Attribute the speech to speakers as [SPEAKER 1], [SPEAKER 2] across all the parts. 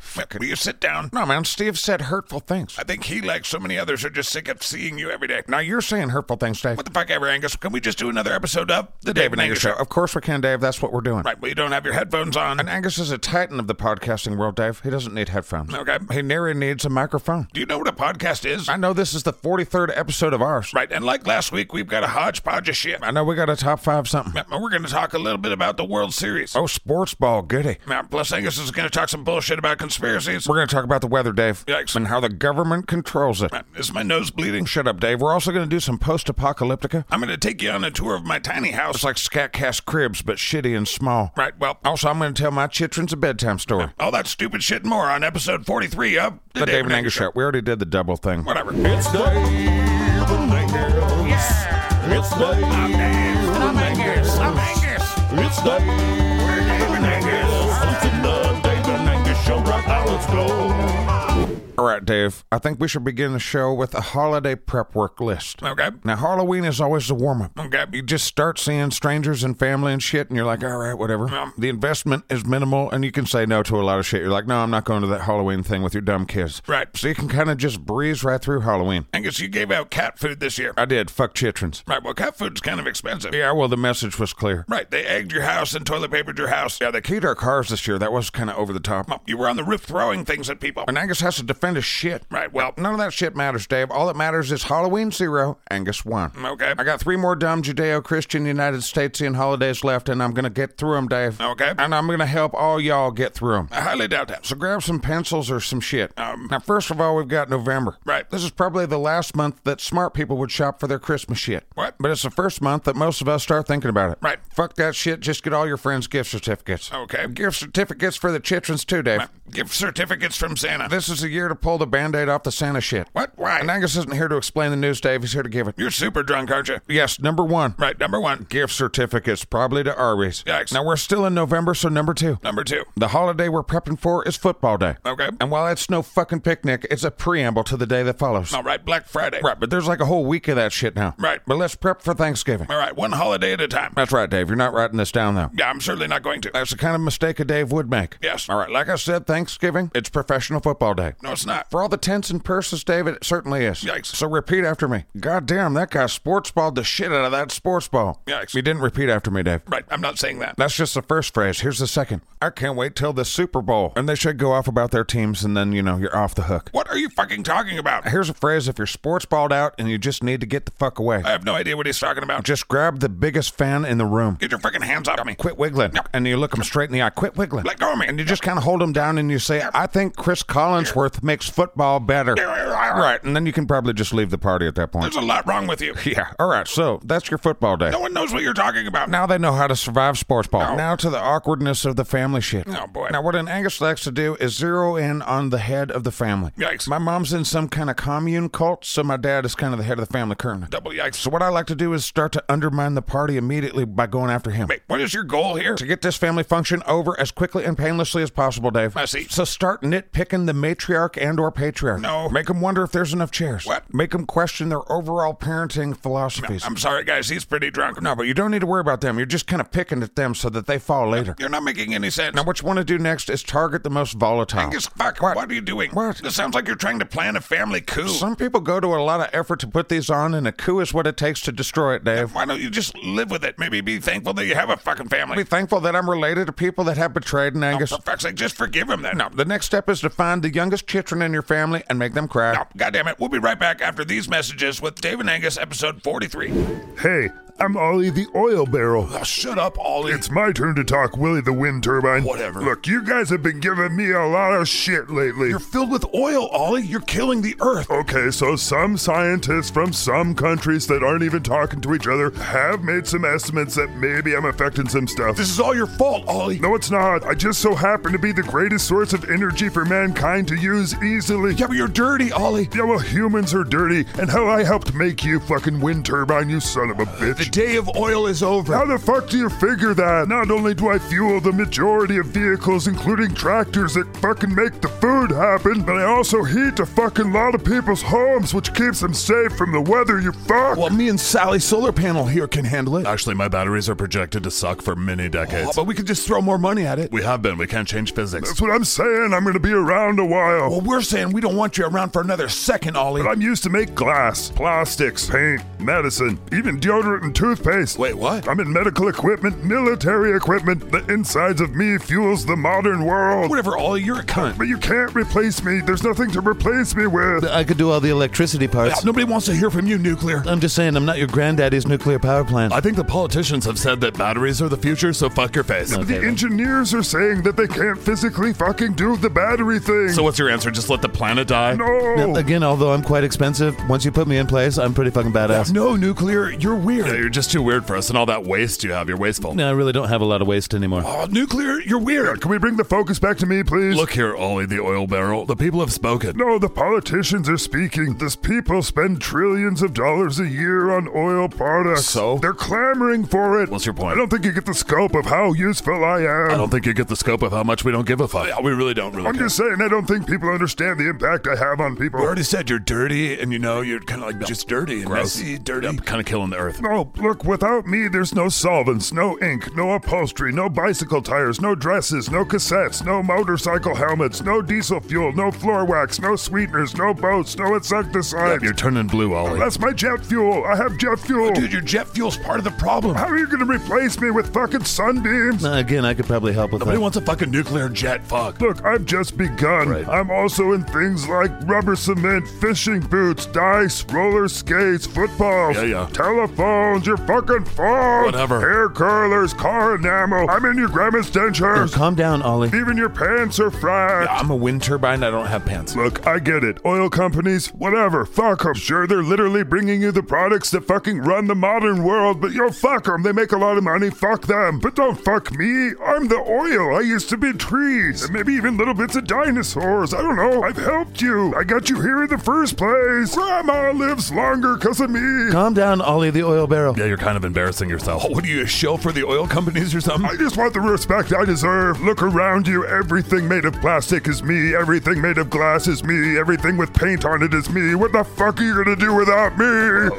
[SPEAKER 1] Fuck, will you sit down?
[SPEAKER 2] No, man, Steve said hurtful things.
[SPEAKER 1] I think he, like so many others, are just sick of seeing you every day.
[SPEAKER 2] Now, you're saying hurtful things, Dave.
[SPEAKER 1] What the fuck ever, Angus? Can we just do another episode of
[SPEAKER 2] The Dave and Angus Show. Of course we can, Dave. That's what we're doing.
[SPEAKER 1] Right, well, you don't have your headphones on.
[SPEAKER 2] And Angus is a titan of the podcasting world, Dave. He doesn't need headphones.
[SPEAKER 1] Okay.
[SPEAKER 2] He nearly needs a microphone.
[SPEAKER 1] Do you know what a podcast is?
[SPEAKER 2] I know this is the 43rd episode of ours.
[SPEAKER 1] Right, and like last week, we've got a hodgepodge of shit.
[SPEAKER 2] I know we got a top five something.
[SPEAKER 1] We're going to talk a little bit about the World Series.
[SPEAKER 2] Oh, sports ball, goody.
[SPEAKER 1] Plus, Angus is going to talk some bullshit about conspiracies.
[SPEAKER 2] We're going to talk about the weather, Dave,
[SPEAKER 1] Yikes.
[SPEAKER 2] and how the government controls it.
[SPEAKER 1] Is my nose bleeding?
[SPEAKER 2] Shut up, Dave. We're also going to do some post-apocalyptica.
[SPEAKER 1] I'm going to take you on a tour of my tiny house.
[SPEAKER 2] It's like Scatcast Cribs, but shitty and small.
[SPEAKER 1] Right, well,
[SPEAKER 2] Also, I'm going to tell my chitrins a bedtime story.
[SPEAKER 1] all that stupid shit and more on episode 43 of
[SPEAKER 2] The Dave and Angus Show. We already did the double thing.
[SPEAKER 1] Whatever.
[SPEAKER 3] It's Dave and Angus. It's Dave and Angus. It's Dave and Angus. Listen to Dave and Angus show right now. Let's go.
[SPEAKER 2] All right, Dave. I think we should begin the show with a holiday prep work list.
[SPEAKER 1] Okay.
[SPEAKER 2] Now, Halloween is always the warm up.
[SPEAKER 1] Okay.
[SPEAKER 2] You just start seeing strangers and family and shit, and you're like, all right, whatever.
[SPEAKER 1] Yeah.
[SPEAKER 2] The investment is minimal, and you can say no to a lot of shit. You're like, no, I'm not going to that Halloween thing with your dumb kids.
[SPEAKER 1] Right.
[SPEAKER 2] So you can kind of just breeze right through Halloween.
[SPEAKER 1] Angus, you gave out cat food this year.
[SPEAKER 2] I did. Fuck chitrins.
[SPEAKER 1] Right, well, cat food's kind of expensive.
[SPEAKER 2] Yeah, well, the message was clear.
[SPEAKER 1] Right, they egged your house and toilet papered your house. Yeah, they
[SPEAKER 2] Keyed our cars this year. That was kind of over the top.
[SPEAKER 1] Well, You were on the roof throwing things at people.
[SPEAKER 2] And Angus has to defend his shit.
[SPEAKER 1] Right, well,
[SPEAKER 2] None of that shit matters, Dave. All that matters is Halloween zero, Angus one.
[SPEAKER 1] okay.
[SPEAKER 2] I got three more dumb Judeo Christian United Statesian holidays left, and I'm going to get through them, Dave.
[SPEAKER 1] Okay.
[SPEAKER 2] And I'm going to help all y'all get through them.
[SPEAKER 1] I highly doubt that.
[SPEAKER 2] So grab some pencils or some shit.
[SPEAKER 1] Um,
[SPEAKER 2] now, first of all, we've got November.
[SPEAKER 1] Right.
[SPEAKER 2] This is probably the last month that smart people would shop for their Christmas shit.
[SPEAKER 1] What?
[SPEAKER 2] But it's the first month that most of us start thinking about it.
[SPEAKER 1] Right. Oh.
[SPEAKER 2] Fuck that shit. Just get all your friends' gift certificates.
[SPEAKER 1] Okay.
[SPEAKER 2] Gift certificates for the chitrins, too, Dave.
[SPEAKER 1] Gift certificates from Santa.
[SPEAKER 2] This is the year to pull the band aid off the Santa shit.
[SPEAKER 1] What? Why?
[SPEAKER 2] And Angus isn't here to explain the news, Dave. He's here to give it.
[SPEAKER 1] You're super drunk, aren't you?
[SPEAKER 2] Yes, number one.
[SPEAKER 1] Right, number one.
[SPEAKER 2] Gift certificates, probably to Arby's.
[SPEAKER 1] Yikes.
[SPEAKER 2] Now, we're still in November, so number two.
[SPEAKER 1] Number two.
[SPEAKER 2] The holiday we're prepping for is football day.
[SPEAKER 1] Okay.
[SPEAKER 2] And while it's no fucking picnic, it's a preamble to the day that follows.
[SPEAKER 1] All right, Black Friday.
[SPEAKER 2] Right, but there's like a whole week of that shit now.
[SPEAKER 1] Right.
[SPEAKER 2] But let's prep for Thanksgiving.
[SPEAKER 1] All right, one holiday at a time.
[SPEAKER 2] That's right, Dave. You're not writing this down, though.
[SPEAKER 1] Yeah, I'm certainly not going to. Uh,
[SPEAKER 2] That's the kind of mistake a Dave would make.
[SPEAKER 1] Yes.
[SPEAKER 2] All right, like I said, Thanksgiving, it's professional football day.
[SPEAKER 1] No, it's not.
[SPEAKER 2] For all the tents and purses, David, it certainly is.
[SPEAKER 1] Yikes.
[SPEAKER 2] So repeat after me. God damn, that guy sports balled the shit out of that sports ball.
[SPEAKER 1] Yikes.
[SPEAKER 2] You didn't repeat after me, Dave.
[SPEAKER 1] Right, I'm not saying that.
[SPEAKER 2] That's just the first phrase. Here's the second. I can't wait till the Super Bowl. And they should go off about their teams, and then, you know, you're off the hook.
[SPEAKER 1] What are you fucking talking about?
[SPEAKER 2] Here's a phrase if you're sports balled out and you just need to get the fuck away.
[SPEAKER 1] I have no idea what he's talking about.
[SPEAKER 2] Just grab the biggest fan in the room.
[SPEAKER 1] Get your fucking hands off me.
[SPEAKER 2] Quit wiggling. And you look them straight in the eye. Quit wiggling.
[SPEAKER 1] Let go of me.
[SPEAKER 2] And you just kind of hold them down and you say, I think Chris Collinsworth makes football better. Right. And then you can probably just leave the party at that point.
[SPEAKER 1] There's a lot wrong with you.
[SPEAKER 2] Yeah. All right. So that's your football day.
[SPEAKER 1] No one knows what you're talking about.
[SPEAKER 2] Now they know how to survive sports ball. Now to the awkwardness of the family shit.
[SPEAKER 1] Oh, boy.
[SPEAKER 2] Now what an Angus likes to do is zero in on the head of the family.
[SPEAKER 1] Yikes.
[SPEAKER 2] My mom's in some kind of commune cult, so my dad is kind of the head of the family currently.
[SPEAKER 1] Double yikes.
[SPEAKER 2] So what I like to do is start to undermine the party immediately by going after him.
[SPEAKER 1] Wait, what is your goal here?
[SPEAKER 2] To get this family function over as quickly and painlessly as possible, Dave.
[SPEAKER 1] I see.
[SPEAKER 2] So start nitpicking the matriarch and or patriarch.
[SPEAKER 1] No.
[SPEAKER 2] Make them wonder if there's enough chairs.
[SPEAKER 1] What?
[SPEAKER 2] Make them question their overall parenting philosophies.
[SPEAKER 1] I'm sorry, guys. He's pretty drunk.
[SPEAKER 2] No, but you don't need to worry about them. You're just kind of picking at them so that they fall later.
[SPEAKER 1] You're not making any sense.
[SPEAKER 2] Now, what you want to do next is target the most volatile.
[SPEAKER 1] Angus, fuck.
[SPEAKER 2] What?
[SPEAKER 1] What? are you doing?
[SPEAKER 2] What?
[SPEAKER 1] This sounds like you're trying to plan a family coup.
[SPEAKER 2] Some people go to a lot of effort to put these on, and a coup is what it takes to destroy it, Dave.
[SPEAKER 1] Why don't you just live with it? Maybe be thankful that you have a fucking family.
[SPEAKER 2] Be thankful that I'm related to people that have betrayed an Angus.
[SPEAKER 1] For fuck's sake, just forgive him then. No.
[SPEAKER 2] The next step is to find the youngest children in your family and make them cry.
[SPEAKER 1] no. God damn it. We'll be right back after these messages with Dave and Angus, episode 43.
[SPEAKER 4] Hey, I'm Ollie the Oil Barrel.
[SPEAKER 1] Oh, shut up, Ollie.
[SPEAKER 4] It's my turn to talk Willie the Wind Turbine.
[SPEAKER 1] Whatever.
[SPEAKER 4] Look, you guys have been giving me a lot of shit lately.
[SPEAKER 1] You're filled with oil, Ollie. You're killing the earth.
[SPEAKER 4] Okay, so some scientists from some countries that aren't even talking to each other have made some estimates that maybe I'm affecting some stuff.
[SPEAKER 1] This is all your fault, Ollie.
[SPEAKER 4] no, it's not. I just so happen to be the greatest source of energy for mankind to use easily.
[SPEAKER 1] Yeah, but you're dirty, Ollie.
[SPEAKER 4] Yeah, well, humans are dirty, and hell, I helped make you fucking wind turbine, you son of a bitch.
[SPEAKER 1] The The day of oil is over.
[SPEAKER 4] How the fuck do you figure that? Not only do I fuel the majority of vehicles, including tractors that fucking make the food happen, but I also heat a fucking lot of people's homes, which keeps them safe from the weather, you fuck!
[SPEAKER 1] Well, me and Sally Solar Panel here can handle it.
[SPEAKER 3] Actually, my batteries are projected to suck for many
[SPEAKER 1] Oh,
[SPEAKER 3] decades.
[SPEAKER 1] but we could just throw more money at it.
[SPEAKER 3] We have been. We can't change physics.
[SPEAKER 4] That's what I'm saying, I'm gonna be around a while.
[SPEAKER 1] Well, we're saying we don't want you around for another second, Ollie.
[SPEAKER 4] But I'm used to make glass, plastics, paint, medicine, even deodorant and toothpaste.
[SPEAKER 1] Wait, what?
[SPEAKER 4] I'm in medical equipment, military equipment. The insides of me fuels the modern world.
[SPEAKER 1] Whatever, Ollie, you're a cunt.
[SPEAKER 4] But you can't replace me. There's nothing to replace me with.
[SPEAKER 5] I could do all the electricity parts.
[SPEAKER 1] Nobody wants to hear from you, nuclear.
[SPEAKER 5] I'm just saying, I'm not your granddaddy's nuclear power plant.
[SPEAKER 3] I think the politicians have said that batteries are the future, so fuck your face.
[SPEAKER 4] The engineers are saying that they can't physically fucking do the battery thing.
[SPEAKER 3] So what's your answer? Just let the planet die?
[SPEAKER 4] no.
[SPEAKER 5] Now, Again, although I'm quite expensive, once you put me in place, I'm pretty fucking badass.
[SPEAKER 1] No, nuclear, you're
[SPEAKER 3] Yeah,
[SPEAKER 1] weird.
[SPEAKER 3] you're just too weird for us, and all that waste you have, you're wasteful.
[SPEAKER 5] No, I really don't have a lot of waste anymore.
[SPEAKER 1] Oh, nuclear, you're weird.
[SPEAKER 4] Can we bring the focus back to me, please?
[SPEAKER 3] Look here, Ollie, the oil barrel. The people have spoken.
[SPEAKER 4] No, the politicians are speaking. This people spend trillions of dollars a year on oil products.
[SPEAKER 3] So?
[SPEAKER 4] They're clamoring for it.
[SPEAKER 3] What's your point?
[SPEAKER 4] I don't think you get the scope of how useful I am.
[SPEAKER 3] I don't think you get the scope of how much we don't give a fuck. Yeah, we really don't really
[SPEAKER 4] I'm
[SPEAKER 3] care.
[SPEAKER 4] just saying, I don't think people understand the impact I have on people.
[SPEAKER 3] We already said you're dirty, and you know, you're kind of like just dirty and messy, dirty. I'm kind of killing the earth.
[SPEAKER 4] No, Oh, look, without me, there's no solvents, no ink, no upholstery, no bicycle tires, no dresses, no cassettes, no motorcycle helmets, no diesel fuel, no floor wax, no sweeteners, no boats, no insecticides.
[SPEAKER 3] You're turning blue, Ollie.
[SPEAKER 4] That's my jet fuel. I have jet fuel.
[SPEAKER 1] Dude, your jet fuel's part of the problem.
[SPEAKER 4] How are you going to replace me with fucking sunbeams?
[SPEAKER 5] Now, Again, I could probably help with
[SPEAKER 3] Nobody
[SPEAKER 5] that.
[SPEAKER 3] wants a fucking nuclear jet. Fuck.
[SPEAKER 4] Look, I've just begun. I'm also in things like rubber cement, fishing boots, dice, roller skates, footballs,
[SPEAKER 3] Yeah, yeah.
[SPEAKER 4] telephones, your fucking phone,
[SPEAKER 3] Whatever.
[SPEAKER 4] hair curlers, car enamel. I'm in your grandma's
[SPEAKER 5] Now,
[SPEAKER 4] dentures.
[SPEAKER 5] calm down, Ollie.
[SPEAKER 4] Even your pants are fried.
[SPEAKER 1] I'm a wind turbine, I don't have pants.
[SPEAKER 4] Look, I get it. Oil companies, whatever. Fuck 'em. Sure, they're literally bringing you the products that fucking run the modern world, but yo, fuck 'em. They make a lot of money. Fuck them. But don't fuck me. I'm the oil. I used to be trees. And maybe even little bits of dinosaurs. I don't know. I've helped you. I got you here in the first place. Grandma lives longer 'cause of me.
[SPEAKER 5] Calm down, Ollie, the oil barrel.
[SPEAKER 3] Yeah, you're kind of embarrassing yourself.
[SPEAKER 1] What are you, a show for the oil companies or something?
[SPEAKER 4] I just want the respect I deserve. Look around you. Everything made of plastic is me. Everything made of glass is me. Everything with paint on it is me. What the fuck are you gonna do without me?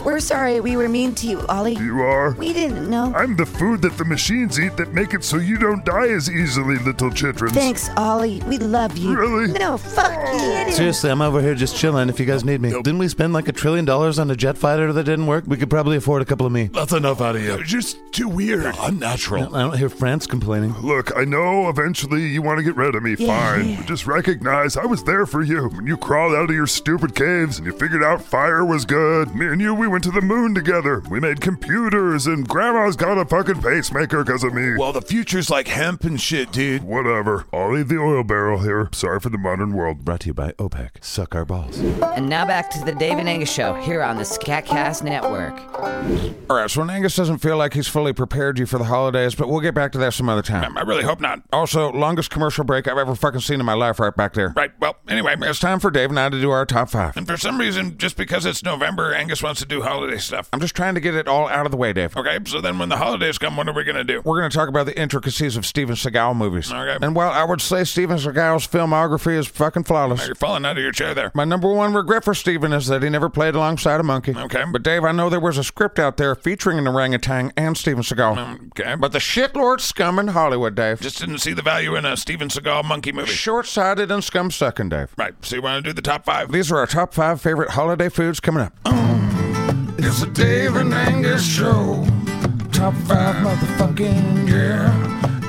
[SPEAKER 6] We're sorry we were mean to you, Ollie.
[SPEAKER 4] You are.
[SPEAKER 6] We didn't know.
[SPEAKER 4] I'm the food that the machines eat that make it so you don't die as easily, little chitrins.
[SPEAKER 6] Thanks, Ollie. We love you.
[SPEAKER 4] Really?
[SPEAKER 6] No, fuck you.
[SPEAKER 5] Seriously, I'm over here just chilling if you guys need me. Didn't we spend like a trillion dollars on a jet fighter that didn't work? We could probably afford a couple of me.
[SPEAKER 3] That's enough out of you.
[SPEAKER 1] You're just too weird.
[SPEAKER 3] Unnatural.
[SPEAKER 5] I don't hear France complaining.
[SPEAKER 4] Look, I know eventually you want to get rid of me.
[SPEAKER 6] Yeah,
[SPEAKER 4] Fine.
[SPEAKER 6] yeah.
[SPEAKER 4] But just recognize I was there for you. When you crawled out of your stupid caves and you figured out fire was good. Me and you, we went to the moon together. We made computers and grandma's got a fucking pacemaker because of me.
[SPEAKER 1] Well, the future's like hemp and shit, dude.
[SPEAKER 4] Whatever. I'll leave the oil barrel here. Sorry for the modern world.
[SPEAKER 5] Brought to you by OPEC. Suck our balls.
[SPEAKER 7] And now back to the Dave and Angus show here on the Scatcast Network.
[SPEAKER 2] All right, so when Angus doesn't feel like he's fully prepared you for the holidays, but we'll get back to that some other time.
[SPEAKER 8] I really hope not.
[SPEAKER 2] Also, longest commercial break I've ever fucking seen in my life right back there.
[SPEAKER 8] Right, well, anyway,
[SPEAKER 2] It's time for Dave and I to do our top five.
[SPEAKER 8] and for some reason, just because it's November, Angus wants to do holiday stuff.
[SPEAKER 2] I'm just trying to get it all out of the way, Dave.
[SPEAKER 8] Okay, so then when the holidays come, what are we going to do?
[SPEAKER 2] We're going to talk about the intricacies of Steven Seagal movies.
[SPEAKER 8] Okay.
[SPEAKER 2] And while I would say Steven Seagal's filmography is fucking flawless,
[SPEAKER 8] You're falling out of your chair there.
[SPEAKER 2] my number one regret for Steven is that he never played alongside a monkey.
[SPEAKER 8] Okay.
[SPEAKER 2] But Dave, I know there was a script out there featuring an orangutan and Steven Seagal.
[SPEAKER 8] Okay, but
[SPEAKER 2] But the shitlord scum in Hollywood, Dave.
[SPEAKER 8] Mm. just didn't see the value in a Steven Seagal monkey movie.
[SPEAKER 2] Short-sighted and scum-sucking, Dave.
[SPEAKER 8] Right, so you want to do the top five?
[SPEAKER 2] These are our top five favorite holiday foods coming up.
[SPEAKER 8] It's a Dave and Angus show. Top five motherfucking, yeah.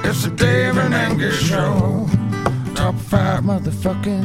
[SPEAKER 8] It's a Dave and Angus show. Top five motherfucking,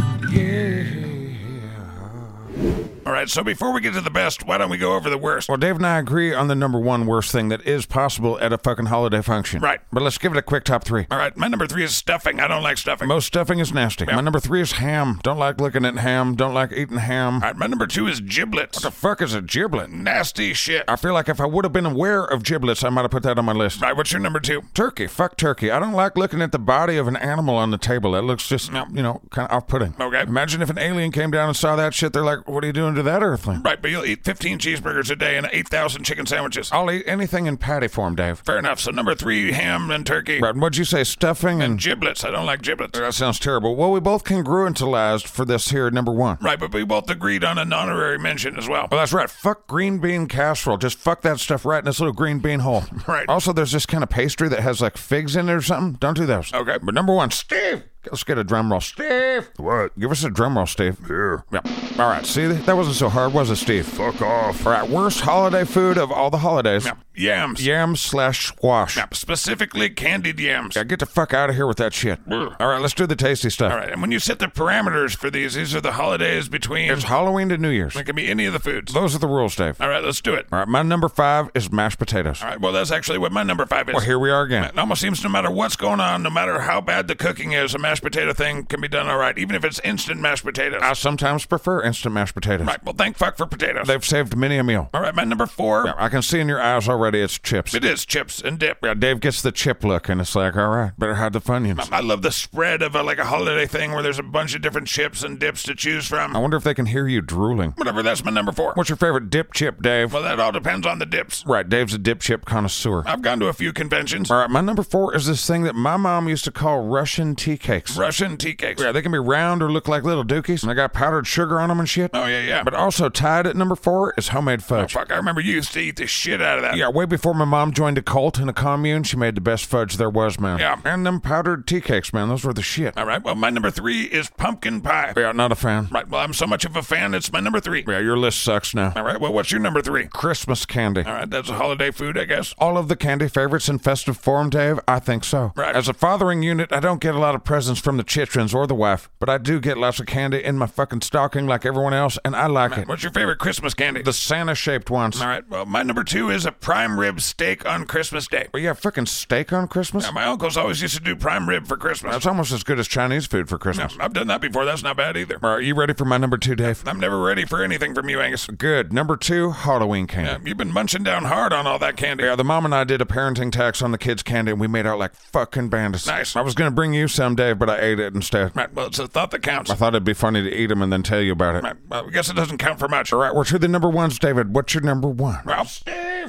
[SPEAKER 8] yeah. All right, so before we get to the best, why don't we go over the worst?
[SPEAKER 2] Well, Dave and I agree on the number one worst thing that is possible at a fucking holiday function.
[SPEAKER 8] Right.
[SPEAKER 2] But let's give it a quick top three.
[SPEAKER 8] All right, my number three is stuffing. I don't like stuffing. All
[SPEAKER 2] Most stuffing is nasty. My number three is ham. Don't like looking at ham. Don't like eating ham.
[SPEAKER 8] right, my number two is giblets.
[SPEAKER 2] the fuck is a giblet?
[SPEAKER 8] Nasty shit.
[SPEAKER 2] I
[SPEAKER 8] All
[SPEAKER 2] feel like if I would have been aware of giblets, I might have put that on my list.
[SPEAKER 8] right, what's your number two?
[SPEAKER 2] Turkey. Fuck turkey. I don't like looking at the body of an animal on the table. That looks just, you know, kind of off putting.
[SPEAKER 8] Okay.
[SPEAKER 2] Imagine if an alien came down and saw that shit. They're like, what are you doing under that earthling.
[SPEAKER 1] Right, but you'll eat 15 cheeseburgers a day and 8,000 chicken sandwiches. Oh,
[SPEAKER 2] I'll eat anything in patty form, Dave.
[SPEAKER 1] Fair enough. So number three, ham and turkey.
[SPEAKER 2] Right, and what'd you say? Stuffing and.
[SPEAKER 1] Giblets. I don't like giblets.
[SPEAKER 2] that sounds terrible. Well, we both congruentized for this here, number one.
[SPEAKER 1] Right, but we both agreed on an honorary mention as well.
[SPEAKER 2] Well, Oh, that's right. Fuck green bean casserole. Just fuck that stuff right in this little green bean hole.
[SPEAKER 1] Right.
[SPEAKER 2] Also, there's this kind of pastry that has like figs in it or something. Don't do those.
[SPEAKER 1] Okay.
[SPEAKER 2] But number one, Steve. Let's get a drum roll. Steve.
[SPEAKER 4] What?
[SPEAKER 2] Give us a drum roll, Steve.
[SPEAKER 4] Here.
[SPEAKER 2] Yeah. All right. See, that wasn't so hard, was it, Steve?
[SPEAKER 4] Fuck off.
[SPEAKER 2] All right. Worst holiday food of all the holidays.
[SPEAKER 1] Yams.
[SPEAKER 2] Yams slash squash.
[SPEAKER 1] Yep, Specifically candied yams.
[SPEAKER 2] Yeah, get the fuck out of here with that shit.
[SPEAKER 1] Brr.
[SPEAKER 2] All right, let's do the tasty stuff.
[SPEAKER 1] All right. And when you set the parameters for these, these are the holidays between.
[SPEAKER 2] It's Halloween to New Year's.
[SPEAKER 1] It can be any of the foods.
[SPEAKER 2] Those are the rules, Dave.
[SPEAKER 1] All right, let's do it.
[SPEAKER 2] All right, my number five is mashed potatoes.
[SPEAKER 1] All right. Well, that's actually what my number five is.
[SPEAKER 2] Well, here we are again.
[SPEAKER 1] It almost seems no matter what's going on, no matter how bad the cooking is, a mashed potato thing can be done all right, even if it's instant mashed potatoes.
[SPEAKER 2] I sometimes prefer instant mashed potatoes.
[SPEAKER 1] right. Well, thank fuck for potatoes.
[SPEAKER 2] They've saved many a meal.
[SPEAKER 1] all right. My number four.
[SPEAKER 2] I can see in your eyes already it's chips.
[SPEAKER 1] It is chips and dip.
[SPEAKER 2] Yeah, Dave gets the chip look, and it's like, all right, better hide the funyuns.
[SPEAKER 1] I love the spread of a, like a holiday thing where there's a bunch of different chips and dips to choose
[SPEAKER 2] I
[SPEAKER 1] from.
[SPEAKER 2] wonder if they can hear you drooling.
[SPEAKER 1] Whatever. That's my number four.
[SPEAKER 2] What's your favorite dip chip, Dave?
[SPEAKER 1] Well, that all depends on the dips.
[SPEAKER 2] Right, Dave's a dip chip connoisseur.
[SPEAKER 1] I've gone to a few conventions.
[SPEAKER 2] All right, my number four is this thing that my mom used to call Russian tea cakes.
[SPEAKER 1] Russian tea cakes.
[SPEAKER 2] Yeah, they can be round or look like little dookies, and they got powdered sugar on them and shit.
[SPEAKER 1] Oh yeah, yeah.
[SPEAKER 2] But also tied at number four is homemade fudge.
[SPEAKER 1] Fuck, I remember you used to eat the shit out of that.
[SPEAKER 2] Yeah, way before my mom joined a cult and a commune, she made the best fudge there was, man.
[SPEAKER 1] Yeah.
[SPEAKER 2] And them powdered tea cakes, man. Those were the shit.
[SPEAKER 1] All right. Well, my number three is pumpkin pie.
[SPEAKER 2] Yeah, not a fan.
[SPEAKER 1] Right. Well, I'm so much of a fan. It's my number three.
[SPEAKER 2] Yeah, your list sucks now.
[SPEAKER 1] All right. Well, what's your number three?
[SPEAKER 2] Christmas candy.
[SPEAKER 1] All right. That's a holiday food, I guess.
[SPEAKER 2] All of the candy favorites in festive form, Dave? I think so.
[SPEAKER 1] Right.
[SPEAKER 2] As a fathering unit, I don't get a lot of presents from the chitrins or the wife, but I do get lots of candy in my fucking stocking like everyone else, and I like it.
[SPEAKER 1] What's your favorite Christmas candy?
[SPEAKER 2] The Santa shaped ones.
[SPEAKER 1] All right. Well, my number two is a prime rib steak on Christmas Day.
[SPEAKER 2] Well, yeah, freaking steak on Christmas?
[SPEAKER 1] Now, my uncles always used to do prime rib for Christmas.
[SPEAKER 2] That's almost as good as Chinese food for Christmas.
[SPEAKER 1] I've done that before. That's not bad either.
[SPEAKER 2] Are you ready for my number two, Dave?
[SPEAKER 1] I'm never ready for anything from you, Angus.
[SPEAKER 2] Good. Number two, Halloween candy.
[SPEAKER 1] Yeah, You've been munching down hard on all that candy.
[SPEAKER 2] Yeah, the mom and I did a parenting tax on the kids' candy, and we made out like fucking bandits.
[SPEAKER 1] Nice.
[SPEAKER 2] I was gonna bring you some, Dave, but I ate it instead.
[SPEAKER 1] Right. Well, it's a thought that counts.
[SPEAKER 2] I thought it'd be funny to eat them and then tell you about it.
[SPEAKER 1] Right. Well, I guess it doesn't count for much. All
[SPEAKER 2] Right, we're to the number ones, David. What's your number one?
[SPEAKER 1] Well,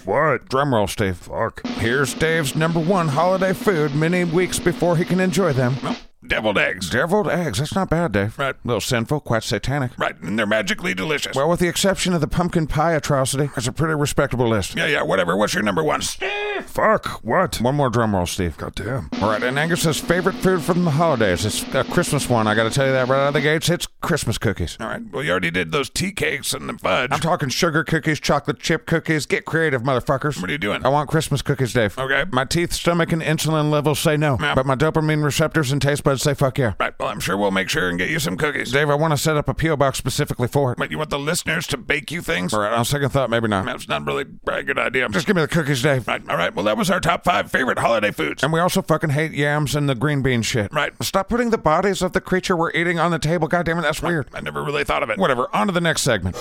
[SPEAKER 4] What?
[SPEAKER 2] Drum roll, Steve. Fuck. Here's Dave's number one holiday food many weeks before he can enjoy them.
[SPEAKER 1] deviled eggs.
[SPEAKER 2] Deviled eggs. That's not bad, Dave.
[SPEAKER 1] Right.
[SPEAKER 2] little sinful, quite satanic.
[SPEAKER 1] Right, and they're magically delicious.
[SPEAKER 2] Well, with the exception of the pumpkin pie atrocity, it's a pretty respectable list.
[SPEAKER 1] yeah, yeah, whatever. What's your number one?
[SPEAKER 4] Fuck. What?
[SPEAKER 2] One more drum roll, Steve.
[SPEAKER 4] Goddamn.
[SPEAKER 2] All right, and Angus's favorite food from the holidays. It's a Christmas one. I got to tell you that right out of the gates. It's Christmas cookies.
[SPEAKER 1] All right. Well, you already did those tea cakes and the fudge.
[SPEAKER 2] I'm talking sugar cookies, chocolate chip cookies. Get creative, motherfuckers.
[SPEAKER 1] What are you doing?
[SPEAKER 2] I want Christmas cookies, Dave.
[SPEAKER 1] Okay.
[SPEAKER 2] My teeth, stomach, and insulin levels say no,
[SPEAKER 1] Yeah.
[SPEAKER 2] but my dopamine receptors and taste buds say fuck yeah.
[SPEAKER 1] Right. Well, I'm sure we'll make sure and get you some cookies.
[SPEAKER 2] Dave, I want to set up a PO box specifically for it.
[SPEAKER 1] But you want the listeners to bake you things?
[SPEAKER 2] All right, on second thought, maybe not.
[SPEAKER 1] That's not really a good idea.
[SPEAKER 2] Just give me the cookies, Dave.
[SPEAKER 1] right. All right. Well, that was our top five favorite holiday foods.
[SPEAKER 2] And we also fucking hate yams and the green bean shit.
[SPEAKER 1] Right.
[SPEAKER 2] Stop putting the bodies of the creature we're eating on the table. God damn it, that's weird.
[SPEAKER 1] I never really thought of it.
[SPEAKER 2] Whatever. On to the next segment.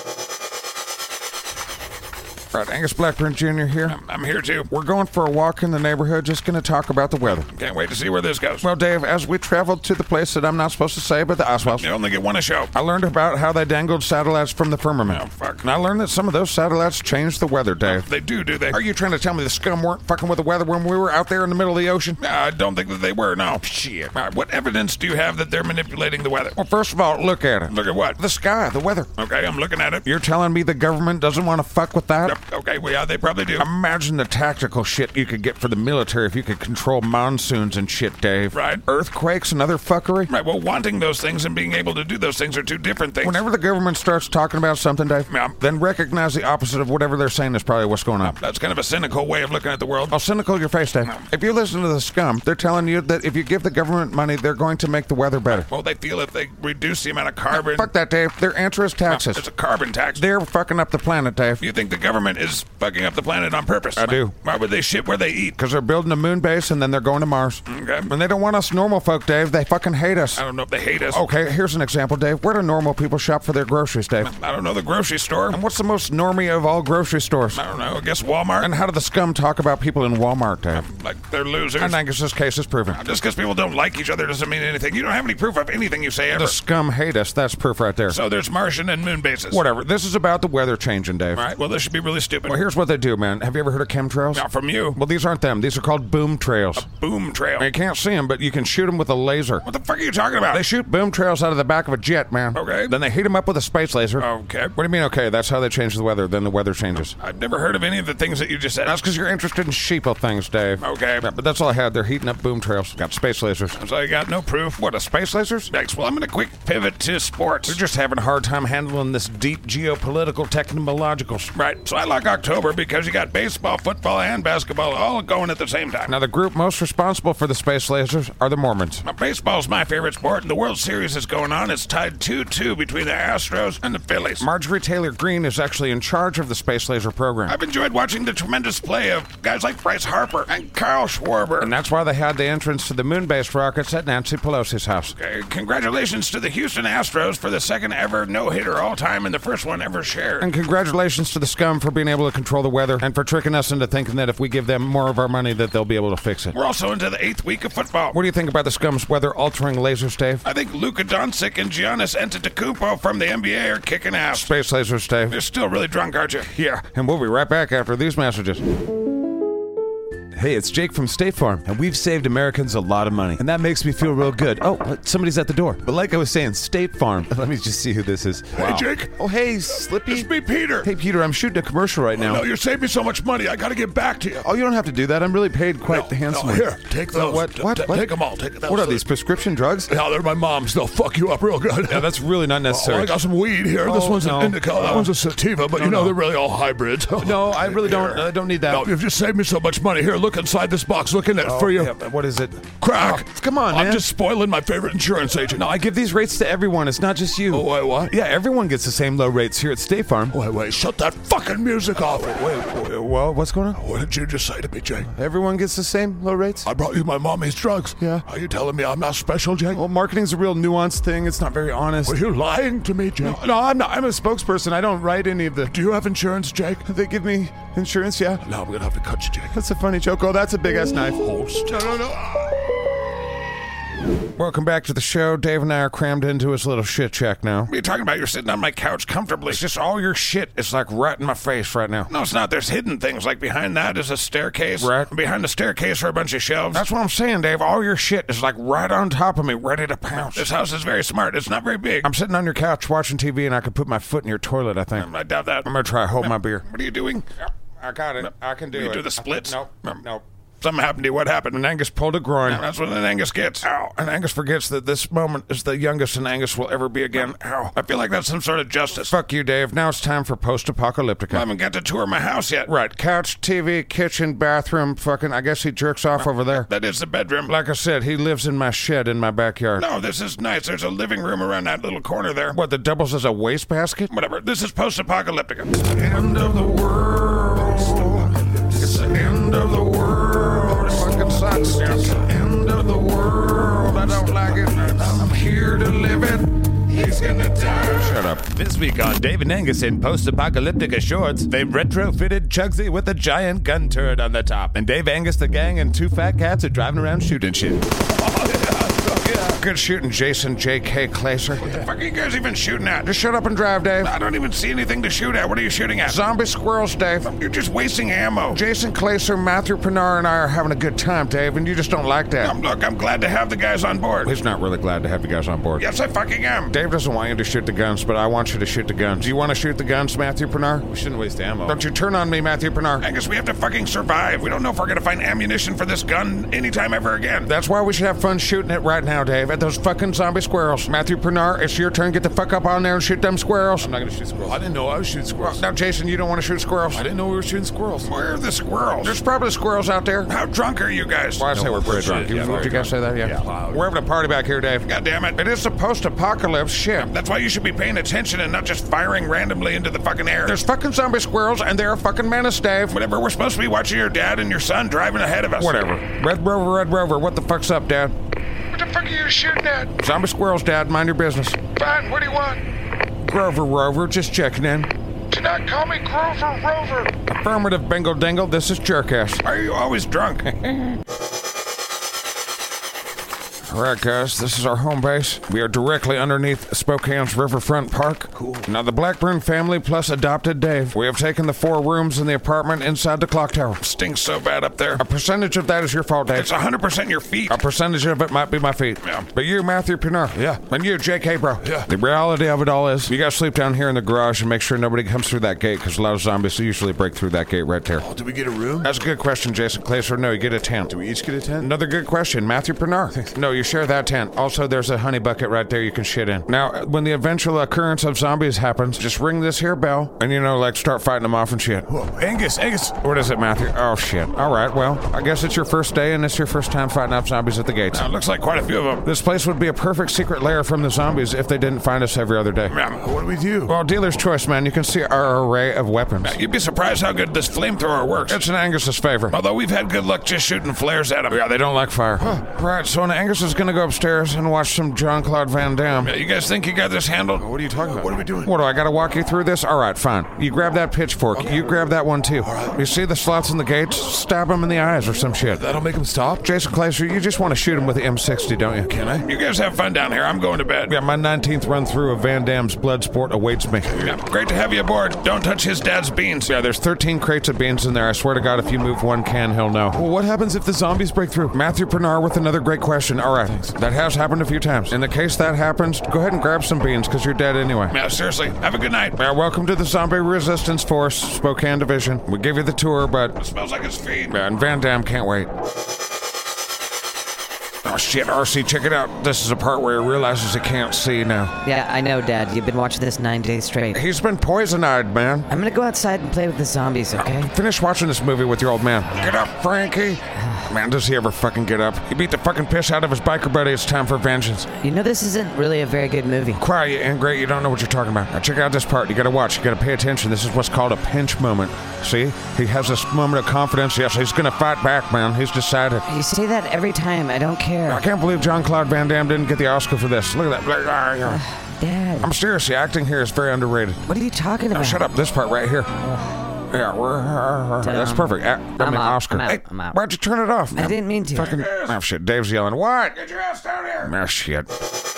[SPEAKER 2] Right, Angus Blackburn Jr. here.
[SPEAKER 1] I'm here too.
[SPEAKER 2] We're going for a walk in the neighborhood, just going to talk about the weather.
[SPEAKER 1] Can't wait to see where this goes.
[SPEAKER 2] Well, Dave, as we traveled to the place that I'm not supposed to say, but the Oswalds,
[SPEAKER 1] you only get one a show.
[SPEAKER 2] I learned about how they dangled satellites from the firmament.
[SPEAKER 1] Oh, fuck.
[SPEAKER 2] And I learned that some of those satellites changed the weather, Dave.
[SPEAKER 1] They do, do they?
[SPEAKER 2] Are Oh, you trying to tell me the scum weren't fucking with the weather when we were out there in the middle of the ocean? Oh,
[SPEAKER 1] I don't think that they were. No. Shit. All right. What evidence do you have that they're manipulating the weather?
[SPEAKER 2] Well, first of all, look at it.
[SPEAKER 1] Look at what?
[SPEAKER 2] The sky, the weather.
[SPEAKER 1] Okay, I'm looking at it.
[SPEAKER 2] You're telling me the government doesn't want to fuck with that?
[SPEAKER 1] Okay, well, yeah, they probably do.
[SPEAKER 2] Imagine the tactical shit you could get for the military if you could control monsoons and shit, Dave.
[SPEAKER 1] Right.
[SPEAKER 2] Earthquakes and other fuckery.
[SPEAKER 1] Right. Well, wanting those things and being able to do those things are two different things.
[SPEAKER 2] Whenever the government starts talking about something, Dave,
[SPEAKER 1] Yeah.
[SPEAKER 2] then recognize the opposite of whatever they're saying is probably what's going on.
[SPEAKER 1] That's kind of a cynical way of looking at the world.
[SPEAKER 2] I'll cynical your face, Dave. If you listen to the scum, they're telling you that if you give the government money, they're going to make the weather better.
[SPEAKER 1] Well, Oh, they feel if they reduce the amount of carbon,
[SPEAKER 2] Fuck that, Dave. Their answer is
[SPEAKER 1] it's
[SPEAKER 2] taxes.
[SPEAKER 1] a carbon tax.
[SPEAKER 2] They're fucking up the planet, Dave.
[SPEAKER 1] You think the government government is fucking up the planet on purpose.
[SPEAKER 2] I do.
[SPEAKER 1] Why would they ship where they eat?
[SPEAKER 2] Because they're building a moon base and then they're going to Mars.
[SPEAKER 1] Okay.
[SPEAKER 2] And they don't want us normal folk, Dave. They fucking hate us.
[SPEAKER 1] I don't know if they hate us.
[SPEAKER 2] Okay, here's an example, Dave. Where do normal people shop for their groceries, Dave?
[SPEAKER 1] I don't know the grocery store.
[SPEAKER 2] And what's the most normie of all grocery stores?
[SPEAKER 1] I don't know. I guess Walmart.
[SPEAKER 2] And how do the scum talk about people in Walmart, Dave?
[SPEAKER 1] like they're losers.
[SPEAKER 2] And Angus's case is proven.
[SPEAKER 1] Just because people don't like each other doesn't mean anything. You don't have any proof of anything you say ever.
[SPEAKER 2] The scum hate us. That's proof right there.
[SPEAKER 1] so there's Martian and moon bases.
[SPEAKER 2] Whatever. This is about the weather changing, Dave.
[SPEAKER 1] All right. Well, this should be really stupid.
[SPEAKER 2] Well, here's what they do, man. Have you ever heard of chemtrails?
[SPEAKER 1] Not from you.
[SPEAKER 2] Well, these aren't them. These are called boom trails.
[SPEAKER 1] Boom trail.
[SPEAKER 2] You can't see them, but you can shoot them with a laser.
[SPEAKER 1] What the fuck are you talking about?
[SPEAKER 2] They shoot boom trails out of the back of a jet, man.
[SPEAKER 1] Okay.
[SPEAKER 2] Then they heat them up with a space laser.
[SPEAKER 1] Okay.
[SPEAKER 2] What do you mean, okay? That's how they change the weather. Then the weather changes.
[SPEAKER 1] I've never heard of any of the things that you just said.
[SPEAKER 2] That's because you're interested in sheeple things, Dave.
[SPEAKER 1] Okay.
[SPEAKER 2] Yeah, but that's all I had. They're heating up boom trails. Got space lasers.
[SPEAKER 1] So I got no proof. What a space lasers? Next, well, I'm gonna quick pivot to sports.
[SPEAKER 2] We're just having a hard time handling this deep geopolitical technological. s-
[SPEAKER 1] right. So I like October because you got baseball, football, and basketball all going at the same time.
[SPEAKER 2] Now, the group most responsible for the space lasers are the Mormons.
[SPEAKER 1] Now, baseball's my favorite sport, and the World Series is going on. It's tied 2-2 between the Astros and the Phillies.
[SPEAKER 2] Marjorie Taylor Greene is actually in charge of the space laser program.
[SPEAKER 1] I've enjoyed watching the tremendous play of guys like Bryce Harper and Carl Schwarber.
[SPEAKER 2] And that's why they had the entrance to the moon based rockets at Nancy Pelosi's house.
[SPEAKER 1] Okay, Uh, congratulations to the Houston Astros for the second ever no-hitter all-time and the first one ever shared.
[SPEAKER 2] And congratulations to the scum for being able to control the weather and for tricking us into thinking that if we give them more of our money that they'll be able to fix it.
[SPEAKER 1] We're also into the eighth week of football.
[SPEAKER 2] What do you think about the scum's weather altering lasers, Dave?
[SPEAKER 1] I think Luka Doncic and Giannis Antetokounmpo from the NBA are kicking ass.
[SPEAKER 2] Space lasers, Dave.
[SPEAKER 1] You're still really drunk, aren't you?
[SPEAKER 2] Yeah, and we'll be right back after these messages.
[SPEAKER 5] Hey, it's Jake from State Farm, and we've saved Americans a lot of money, and that makes me feel real good. Oh, uh, somebody's at the door. But like I was saying, State Farm. Let me just see who this is.
[SPEAKER 1] Hey, Jake.
[SPEAKER 5] Oh, hey, Slippy.
[SPEAKER 1] It's me, Peter.
[SPEAKER 5] Hey, Peter, I'm shooting a commercial right now.
[SPEAKER 1] No, you saved me so much money. I got to get back to you.
[SPEAKER 5] Oh, you don't have to do that. I'm really paid
[SPEAKER 1] No,
[SPEAKER 5] quite
[SPEAKER 1] no,
[SPEAKER 5] handsomely.
[SPEAKER 1] here, take
[SPEAKER 5] Uh,
[SPEAKER 1] those.
[SPEAKER 5] What?
[SPEAKER 1] T-
[SPEAKER 5] What?
[SPEAKER 1] t-
[SPEAKER 5] what?
[SPEAKER 1] take 'em all. Take those.
[SPEAKER 5] What are these prescription drugs?
[SPEAKER 1] Now they're my mom's. They'll fuck you up real good.
[SPEAKER 5] Yeah, that's really not
[SPEAKER 1] Oh, I
[SPEAKER 5] necessary.
[SPEAKER 1] got some weed here. this
[SPEAKER 5] Oh,
[SPEAKER 1] one's
[SPEAKER 5] no.
[SPEAKER 1] an indica. that
[SPEAKER 5] No.
[SPEAKER 1] one's a sativa. But you know
[SPEAKER 5] no.
[SPEAKER 1] they're really all hybrids.
[SPEAKER 5] No, I really don't. I don't need that.
[SPEAKER 1] No, you've just saved me so much money. Here, look inside this box. Look in it for your
[SPEAKER 5] Oh, Yeah, but what is it?
[SPEAKER 1] crack.
[SPEAKER 5] Oh, come on,
[SPEAKER 1] I'm
[SPEAKER 5] man.
[SPEAKER 1] just spoiling my favorite insurance agent.
[SPEAKER 5] No, I give these rates to everyone. It's not just you.
[SPEAKER 1] Oh, wait, what?
[SPEAKER 5] Yeah, everyone gets the same low rates here at State Farm.
[SPEAKER 1] Wait, wait. Shut that fucking music off. wait, wait.
[SPEAKER 5] Well, what's going on?
[SPEAKER 1] What did you just say to me, Jake?
[SPEAKER 5] Everyone gets the same low rates.
[SPEAKER 1] I brought you my mommy's drugs.
[SPEAKER 5] Yeah. Oh.
[SPEAKER 1] Are you telling me I'm not special, Jake?
[SPEAKER 5] Well, marketing's a real nuanced thing. It's not very honest.
[SPEAKER 1] Are you lying to me, Jake?
[SPEAKER 5] No, I'm not. I'm a spokesperson. I don't write any of the.
[SPEAKER 1] Do you have insurance, Jake?
[SPEAKER 5] They give me insurance. Yeah,
[SPEAKER 1] Now I'm gonna have to cut you, Jake.
[SPEAKER 5] that's a funny joke. Oh, that's a big ass knife.
[SPEAKER 1] Hold still. No, no, no.
[SPEAKER 2] Welcome back to the show. Dave and I are crammed into his little shit check now.
[SPEAKER 1] What are you talking about? You're sitting on my couch comfortably.
[SPEAKER 2] It's just all your shit. It's like right in my face right now.
[SPEAKER 1] No, it's not. There's hidden things. Like behind that is a staircase.
[SPEAKER 2] Right.
[SPEAKER 1] Behind the staircase are a bunch of shelves.
[SPEAKER 2] That's what I'm saying, Dave. All your shit is like right on top of me, ready to
[SPEAKER 1] this
[SPEAKER 2] pounce.
[SPEAKER 1] house is very smart. It's not very big.
[SPEAKER 2] I'm sitting on your couch watching TV and I could put my foot in your toilet, I think.
[SPEAKER 1] I doubt that.
[SPEAKER 2] I'm going to try to hold my beer.
[SPEAKER 1] What are you doing?
[SPEAKER 2] I got it. I can do
[SPEAKER 1] you
[SPEAKER 2] it.
[SPEAKER 1] do the splits?
[SPEAKER 2] Nope.
[SPEAKER 1] Um,
[SPEAKER 2] Nope.
[SPEAKER 1] Something happened to you. What happened?
[SPEAKER 2] And Angus pulled a groin.
[SPEAKER 1] That's what an Angus gets. Ow.
[SPEAKER 2] And Angus forgets that this moment is the youngest an Angus will ever be again. Ow.
[SPEAKER 1] I feel like that's some sort of justice.
[SPEAKER 2] Fuck you, Dave. Now it's time for post
[SPEAKER 1] I
[SPEAKER 2] apocalyptica.
[SPEAKER 1] haven't got to tour my house yet.
[SPEAKER 2] Right. Couch, TV, kitchen, bathroom, fucking. I guess he jerks off over there.
[SPEAKER 1] That is the bedroom.
[SPEAKER 2] Like I said, he lives in my shed in my backyard.
[SPEAKER 1] no, this is nice. There's a living room around that little corner there.
[SPEAKER 2] What, that doubles as a wastebasket?
[SPEAKER 1] Whatever. This is post-apocalyptic.
[SPEAKER 8] End of the world. It's the end of the world. It fucking sucks. It's the end of the world. I don't like it. I'm here to live it. He's gonna die. Shut up.
[SPEAKER 9] This week on David Angus in post apocalyptic assurance, they retrofitted Chugsy with a giant gun turret on the top. And Dave Angus, the gang, and two fat cats are driving around shooting shit.
[SPEAKER 2] Good shooting, Jason J.K. Claser.
[SPEAKER 1] Fuck are you guys even shooting at?
[SPEAKER 2] Just shut up and drive, Dave.
[SPEAKER 1] I don't even see anything to shoot at. What are you shooting at?
[SPEAKER 2] Zombie squirrels, Dave.
[SPEAKER 1] You're just wasting ammo.
[SPEAKER 2] Jason Claser, Matthew Pinar, and I are having a good time, Dave, and you just don't like that.
[SPEAKER 1] Um, look, I'm glad to have the guys on board.
[SPEAKER 2] He's not really glad to have you guys on board.
[SPEAKER 1] Yes, I fucking am.
[SPEAKER 2] Dave doesn't want you to shoot the guns, but I want you to shoot the guns. Do you want to shoot the guns, Matthew Pinar?
[SPEAKER 9] We shouldn't waste ammo.
[SPEAKER 2] Don't you turn on me, Matthew Pinar.
[SPEAKER 1] Angus, we have to fucking survive. We don't know if we're gonna find ammunition for this gun anytime ever again.
[SPEAKER 2] That's why we should have fun shooting it right now, Dave, at those fucking zombie squirrels. Matthew Pernar, it's your turn. Get the fuck up on there and shoot them squirrels.
[SPEAKER 1] I'm not gonna shoot squirrels. I didn't know I was shooting squirrels.
[SPEAKER 2] Now, Jason, you don't want to shoot squirrels.
[SPEAKER 1] I didn't know we were shooting squirrels. Where are the squirrels?
[SPEAKER 2] There's probably squirrels out there.
[SPEAKER 1] How drunk are you guys?
[SPEAKER 2] Well, I say we're pretty
[SPEAKER 1] shit,
[SPEAKER 2] drunk. You-
[SPEAKER 1] yeah,
[SPEAKER 2] Would
[SPEAKER 1] very
[SPEAKER 2] you guys say that? Yeah.
[SPEAKER 1] Yeah.
[SPEAKER 2] We're having a party back here, Dave.
[SPEAKER 1] God damn it.
[SPEAKER 2] It is the post-apocalypse shit.
[SPEAKER 1] That's why you should be paying attention and not just firing randomly into the fucking air.
[SPEAKER 2] There's fucking zombie squirrels, and they're a fucking menace, Dave.
[SPEAKER 1] whatever. We're supposed to be watching your dad and your son driving ahead of us.
[SPEAKER 2] Whatever. Red Rover, Red Rover, what the fuck's up, Dad?
[SPEAKER 8] What the fuck are you shooting at?
[SPEAKER 2] Zombie squirrels, Dad. Mind your business.
[SPEAKER 8] Fine, what do you want?
[SPEAKER 2] Grover Rover, just checking in.
[SPEAKER 8] Do not call me Grover Rover.
[SPEAKER 2] Affirmative, Bingle Dingle. This is Jerkass.
[SPEAKER 1] Why are you always drunk?
[SPEAKER 2] All right, guys, this is our home base. We are directly underneath Spokane's Riverfront Park. Cool. Now, the Blackburn family plus adopted Dave. We have taken the four rooms in the apartment inside the clock tower.
[SPEAKER 1] Stinks so bad up there.
[SPEAKER 2] A percentage of that is your fault, Dave.
[SPEAKER 1] It's 100% your feet.
[SPEAKER 2] A percentage of it might be my feet.
[SPEAKER 1] Yeah.
[SPEAKER 2] But you, Matthew Pinar.
[SPEAKER 1] Yeah.
[SPEAKER 2] And you, J.K. Bro.
[SPEAKER 1] Yeah.
[SPEAKER 2] The reality of it all is, you guys sleep down here in the garage and make sure nobody comes through that gate because a lot of zombies usually break through that gate right there.
[SPEAKER 3] Do we get a room?
[SPEAKER 2] That's a good question, Jason Claser. No, you get a tent. Do we each get a tent? Another good question, Matthew Pernar. no, you share that tent. Also, there's a honey bucket right there you can shit in. Now, when the eventual occurrence of zombies happens, just ring this here bell and, you know, like start fighting them off and shit.
[SPEAKER 3] Whoa, Angus, Angus.
[SPEAKER 2] What is it, Matthew? Oh, shit. All right, well, I guess it's your first day and it's your first time fighting off zombies at the gates.
[SPEAKER 1] Now, it looks like quite a few of them.
[SPEAKER 2] This place would be a perfect secret lair from the zombies if they didn't find us every other day.
[SPEAKER 1] Yeah.
[SPEAKER 3] What do we do?
[SPEAKER 2] Well, dealer's choice, man. You can see our array of weapons.
[SPEAKER 1] You'd be surprised how good this flamethrower works.
[SPEAKER 2] It's in Angus's favor.
[SPEAKER 1] Although we've had good luck just shooting flares at them.
[SPEAKER 2] Yeah, they don't like fire. Right, so now Angus is gonna go upstairs and watch some John Claude Van Damme.
[SPEAKER 1] You guys think you got this handled? What are you talking about?
[SPEAKER 3] What are we doing?
[SPEAKER 2] What do I gotta walk you through this? All right, fine. You grab that pitchfork. You grab that one too. You see the slots in the gates? Stab them in the eyes or some shit.
[SPEAKER 3] That'll make him stop.
[SPEAKER 2] Jason Clayser, you just want to shoot him with the M60, don't you? Can I?
[SPEAKER 1] You guys have fun down here. I'm going to bed.
[SPEAKER 2] Yeah, my 19th run through of Van Damme's Bloodsport awaits me.
[SPEAKER 1] Yeah, Great to have you aboard. Don't touch his dad's beans.
[SPEAKER 2] Yeah, there's 13 crates of beans in there. I swear to God, if you move one can, he'll know. Well, what happens if the zombies break through? Matthew Pernar with another great question. All right, that has happened a few times. In the case that happens, go ahead and grab some beans because you're dead anyway.
[SPEAKER 1] Yeah, seriously. Have a good night.
[SPEAKER 2] Now, welcome to the Zombie Resistance Force, Spokane Division. We give you the tour, but
[SPEAKER 1] Smells like his feet.
[SPEAKER 2] man, Van Dam can't wait. Oh shit, RC, check it out. This is a part where he realizes he can't see now.
[SPEAKER 7] Yeah, I know, Dad. You've been watching this nine days straight.
[SPEAKER 2] He's been poison-eyed, man.
[SPEAKER 7] I'm gonna go outside and play with the zombies, okay?
[SPEAKER 2] Finish watching this movie with your old man. Get up, Frankie. Man, does he ever fucking get up? He beat the fucking piss out of his biker buddy. It's time for vengeance.
[SPEAKER 7] You know, this isn't really a very good movie.
[SPEAKER 2] Quiet, you ingrate. You don't know what you're talking about. Now check out this part. You gotta watch. You gotta pay attention. This is what's called a pinch moment. See? He has this moment of confidence. Yes, he's gonna fight back, man. He's decided.
[SPEAKER 7] You say that every time. I don't
[SPEAKER 2] I
[SPEAKER 7] care.
[SPEAKER 2] can't believe John Claude Van Damme didn't get the Oscar for this. Look at that.
[SPEAKER 7] Dad,
[SPEAKER 2] I'm serious. The acting here is very underrated.
[SPEAKER 7] what are you talking
[SPEAKER 2] Now
[SPEAKER 7] about?
[SPEAKER 2] shut up. This part right here. Yeah, we're- uh, that's perfect. I mean,
[SPEAKER 7] I'm out.
[SPEAKER 2] Oscar.
[SPEAKER 7] I'm out.
[SPEAKER 2] Hey,
[SPEAKER 7] I'm out.
[SPEAKER 2] Why'd you turn it off?
[SPEAKER 7] I didn't mean to.
[SPEAKER 2] Fucking oh shit! Dave's yelling. What?
[SPEAKER 1] Get your ass down here.
[SPEAKER 2] Oh shit!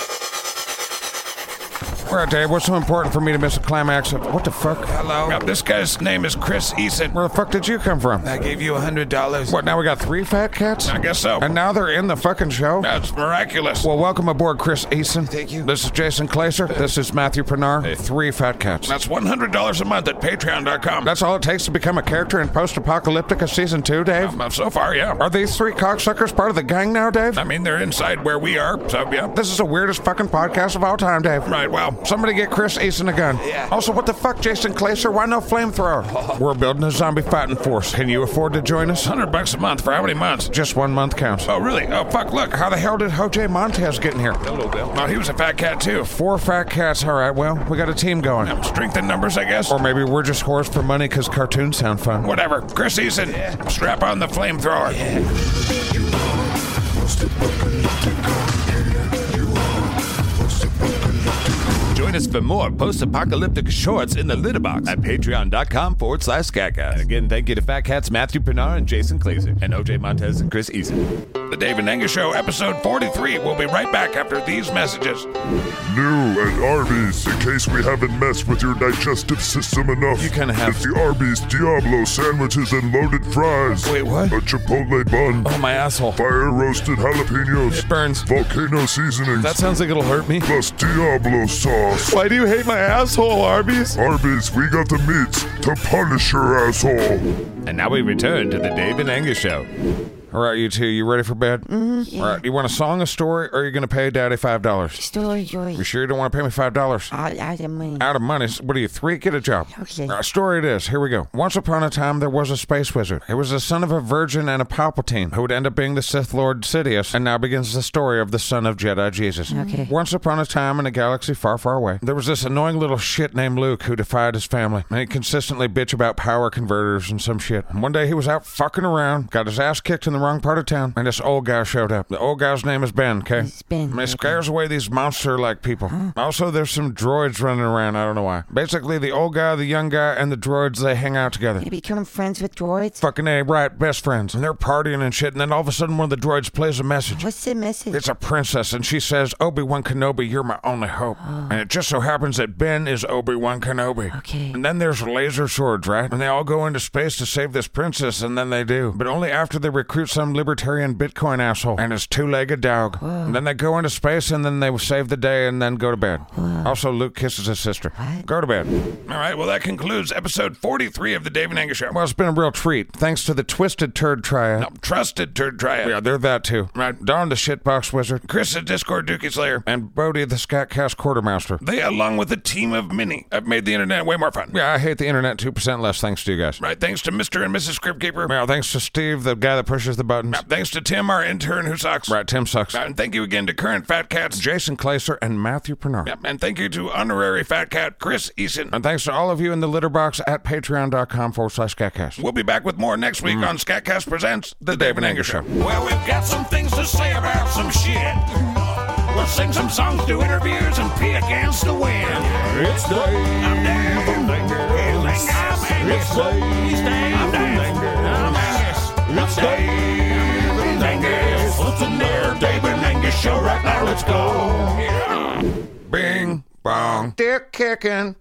[SPEAKER 2] All right, Dave. What's so important for me to miss a climax? Of, what the fuck? Hello.
[SPEAKER 1] Yeah, this guy's name is Chris Eason.
[SPEAKER 2] Where the fuck did you come from?
[SPEAKER 1] I gave you a hundred dollars.
[SPEAKER 2] What? Now we got three fat cats,
[SPEAKER 1] I guess so.
[SPEAKER 2] and now they're in the fucking show.
[SPEAKER 1] That's miraculous.
[SPEAKER 2] Well, welcome aboard, Chris Eason. Thank you. This is Jason Claser. This is Matthew Pernar. Three fat cats.
[SPEAKER 1] That's one hundred dollars a month at Patreon.com.
[SPEAKER 2] That's all it takes to become a character in Post Apocalyptica Season 2, Dave?
[SPEAKER 1] Well, so far, yeah.
[SPEAKER 2] Are these three cocksuckers part of the gang now, Dave?
[SPEAKER 1] I mean, they're inside where we are, so yeah.
[SPEAKER 2] This is the weirdest fucking podcast of all time, Dave.
[SPEAKER 1] Right. Well,
[SPEAKER 2] Somebody get Chris Eason a gun.
[SPEAKER 1] Yeah.
[SPEAKER 2] Also, what the fuck, Jason Claser? Why no flamethrower? We're building a zombie fighting force. Can you afford to join us?
[SPEAKER 1] hundred bucks a month for how many months?
[SPEAKER 2] Just one month counts.
[SPEAKER 1] Oh, really? Oh, fuck! Look.
[SPEAKER 2] How the hell did Jose Montez get in here?
[SPEAKER 1] Hello, Bill. Oh, he was a fat cat too.
[SPEAKER 2] Four fat cats. All right, well, we got a team going.
[SPEAKER 1] Strength in numbers, I guess.
[SPEAKER 2] Or maybe we're just whores for money because cartoons sound fun.
[SPEAKER 1] Whatever. Chris Eason, strap on the flamethrower.
[SPEAKER 9] Join us for more post-apocalyptic shorts in the litter box at patreon.com forward slash scatcast. And again, thank you to Fat Cats Matthew Pinar and Jason Glazer and OJ Montez and Chris Eason.
[SPEAKER 1] The Dave and Angus Show, episode 43. We'll be right back after these messages.
[SPEAKER 4] New at Arby's, in case we haven't messed with your digestive system enough.
[SPEAKER 2] You kinda have.
[SPEAKER 4] It's the Arby's Diablo sandwiches and loaded fries.
[SPEAKER 2] Wait, what?
[SPEAKER 4] A chipotle bun.
[SPEAKER 2] Oh, my asshole.
[SPEAKER 4] Fire roasted jalapenos.
[SPEAKER 2] It burns.
[SPEAKER 4] Volcano seasonings.
[SPEAKER 2] That sounds like it'll hurt me.
[SPEAKER 4] plus Diablo sauce.
[SPEAKER 2] Why do you hate my asshole, Arby's?
[SPEAKER 4] Arby's, we got the meats to punish your asshole.
[SPEAKER 9] And now we return to the Dave and Angus Show.
[SPEAKER 2] All All right, you two, you ready for bed? Mm-hmm. All right, you want a song, a story, or are you going to pay Daddy $5?
[SPEAKER 6] Story, story.
[SPEAKER 2] You sure you don't want to pay me $5?
[SPEAKER 6] I, I don't mean.
[SPEAKER 2] out of money. What are you, three? Get a job.
[SPEAKER 6] Okay.
[SPEAKER 2] Uh, story it is. Here we go. Once upon a time, there was a space wizard. He was the son of a virgin and a Palpatine, who would end up being the Sith Lord Sidious, and now begins the story of the son of Jedi Jesus.
[SPEAKER 6] Okay.
[SPEAKER 2] Once upon a time in a galaxy far, far away, there was this annoying little shit named Luke who defied his family, and he consistently bitch about power converters and some shit. And one day he was out fucking around, got his ass kicked in the wrong part of town, and this old guy showed up. The old guy's name is Ben, okay?
[SPEAKER 6] It's Ben,
[SPEAKER 2] And he
[SPEAKER 6] okay.
[SPEAKER 2] scares away these monster like people. Also, there's some droids running around. I don't know why. Basically, the old guy, the young guy, and the droids, they hang out together.
[SPEAKER 6] You become friends with droids?
[SPEAKER 2] Fucking A, right, best friends. And they're partying and shit, and then all of a sudden one of the droids plays a message.
[SPEAKER 6] What's the message?
[SPEAKER 2] It's a princess, and she says, Obi Wan Kenobi, you're my only hope. And it just so happens that Ben is Obi Wan Kenobi.
[SPEAKER 6] Okay.
[SPEAKER 2] And then there's laser swords, right? And they all go into space to save this princess, and then they do. But only after they recruit some libertarian Bitcoin asshole and his two legged dog. And then they go into space, and then they save the day, and then go to bed. Also, Luke kisses his sister. Go to bed.
[SPEAKER 1] All right, well, that concludes episode 43 of The Dave and Angus Show.
[SPEAKER 2] Well, it's been a real treat. Thanks to the Twisted Turd Triad.
[SPEAKER 1] I'm trusted turd triad.
[SPEAKER 2] Yeah, they're that too.
[SPEAKER 1] Right.
[SPEAKER 2] Don the Shitbox Wizard.
[SPEAKER 1] Chris the Discord Dookie Slayer.
[SPEAKER 2] And Brody the Scatcast Quartermaster.
[SPEAKER 1] They, along with a team of many, have made the internet way more fun.
[SPEAKER 2] Yeah, I hate the internet 2% less thanks to you guys.
[SPEAKER 1] Right, thanks to Mr. and Mrs. Cryptkeeper.
[SPEAKER 2] Now, thanks to Steve, the guy that pushes the buttons.
[SPEAKER 1] Thanks to Tim, our intern who sucks.
[SPEAKER 2] Right, Tim sucks.
[SPEAKER 1] Uh, And thank you again to current Fat Cats. J-
[SPEAKER 2] Jason Klaser and Matthew Pernard.
[SPEAKER 1] Yep, And thank you to honorary Fat Cat Chris Eason.
[SPEAKER 2] And thanks to all of you in the litter box at patreon.com forward slash scatcast.
[SPEAKER 1] We'll be back with more next week
[SPEAKER 3] Mm.
[SPEAKER 1] on Scatcast Presents The, Dave and Anger Show.
[SPEAKER 3] Well, we've got some things to say about some shit. We'll sing some songs, do interviews, and pee against the wind. It's Dave. I'm Dave. I'm Angus. It's Dave. He's Dave. I'm Dave. I'm Angus. It's Dave. I'm Angus. Listen there, Dave and Angus show right now. Let's go.
[SPEAKER 2] Bing, bong. Dick kicking.